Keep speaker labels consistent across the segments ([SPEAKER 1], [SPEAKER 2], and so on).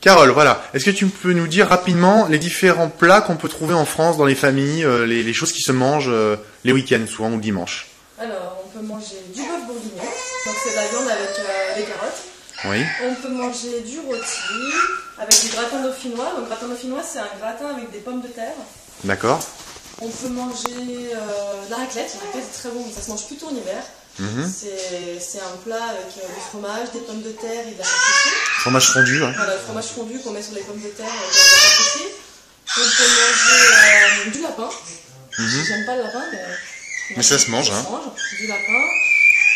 [SPEAKER 1] Carole, voilà. Est-ce que tu peux nous dire rapidement les différents plats qu'on peut trouver en France dans les familles, euh, les, les choses qui se mangent euh, les week-ends souvent ou le dimanche
[SPEAKER 2] Alors, on peut manger du bœuf bourguignon, donc c'est de la viande avec euh, des carottes.
[SPEAKER 1] Oui.
[SPEAKER 2] On peut manger du rôti avec du gratin dauphinois. Le gratin dauphinois, c'est un gratin avec des pommes de terre.
[SPEAKER 1] D'accord.
[SPEAKER 2] On peut manger euh, de la raclette. La raclette, c'est très bon, mais ça se mange plutôt en hiver.
[SPEAKER 1] Mhm.
[SPEAKER 2] C'est c'est un plat avec euh, du fromage, des pommes de terre et de la charcuterie.
[SPEAKER 1] Fromage fondu. hein.
[SPEAKER 2] Voilà, le fromage fondu qu'on met sur les pommes de terre et de la charcuterie. On peut manger euh, du lapin.
[SPEAKER 1] Mhm.
[SPEAKER 2] J'aime pas le lapin, mais...
[SPEAKER 1] Mais ça se mange, hein.
[SPEAKER 2] Du lapin.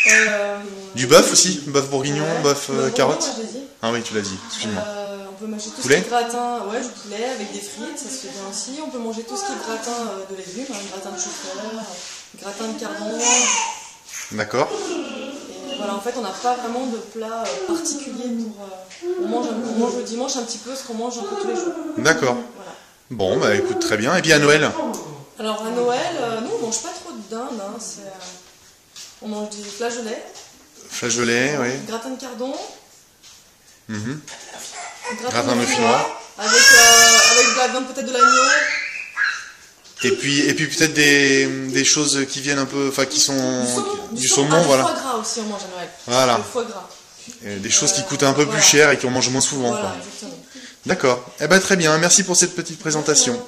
[SPEAKER 2] Euh,
[SPEAKER 1] Du bœuf aussi, bœuf bourguignon,
[SPEAKER 2] Ouais.
[SPEAKER 1] bœuf euh,
[SPEAKER 2] Bourguignon,
[SPEAKER 1] carotte.
[SPEAKER 2] moi, je dis.
[SPEAKER 1] Ah oui, tu l'as dit. Excuse-moi.
[SPEAKER 2] Euh, on peut manger tout
[SPEAKER 1] Poulet
[SPEAKER 2] ce qui est gratin, ouais, du poulet avec des frites, ça se fait bien aussi. On peut manger tout ce qui est gratin euh, de légumes, hein, gratin de chou-fleur, euh, gratin de cardon.
[SPEAKER 1] D'accord.
[SPEAKER 2] Et voilà, en fait, on n'a pas vraiment de plat euh, particulier pour. euh, on, mange un- on mange le dimanche un petit peu ce qu'on mange un peu tous les jours.
[SPEAKER 1] D'accord.
[SPEAKER 2] Voilà.
[SPEAKER 1] Bon, bah écoute, très bien. Et puis à Noël
[SPEAKER 2] Alors à Noël, euh, nous on mange pas trop de dinde, hein, c'est, euh, on mange du flageolet,
[SPEAKER 1] Flageolet, oui.
[SPEAKER 2] gratin de cardon,
[SPEAKER 1] Mhm. Gratin
[SPEAKER 2] gratin
[SPEAKER 1] de
[SPEAKER 2] de
[SPEAKER 1] chinois.
[SPEAKER 2] chinois, avec, euh, avec de la viande peut-être de l'agneau.
[SPEAKER 1] Et puis, et puis peut-être des, des choses qui viennent un peu, enfin qui sont
[SPEAKER 2] Du saumon,
[SPEAKER 1] qui-
[SPEAKER 2] du saumon. Ah,
[SPEAKER 1] voilà,
[SPEAKER 2] foie gras aussi, on mange à Noël.
[SPEAKER 1] voilà,
[SPEAKER 2] Le foie gras.
[SPEAKER 1] Et des choses qui coûtent un peu
[SPEAKER 2] Voilà.
[SPEAKER 1] plus cher et qui on mange moins souvent.
[SPEAKER 2] Voilà,
[SPEAKER 1] quoi.
[SPEAKER 2] exactement.
[SPEAKER 1] D'accord. Eh ben très bien. Merci pour cette petite présentation.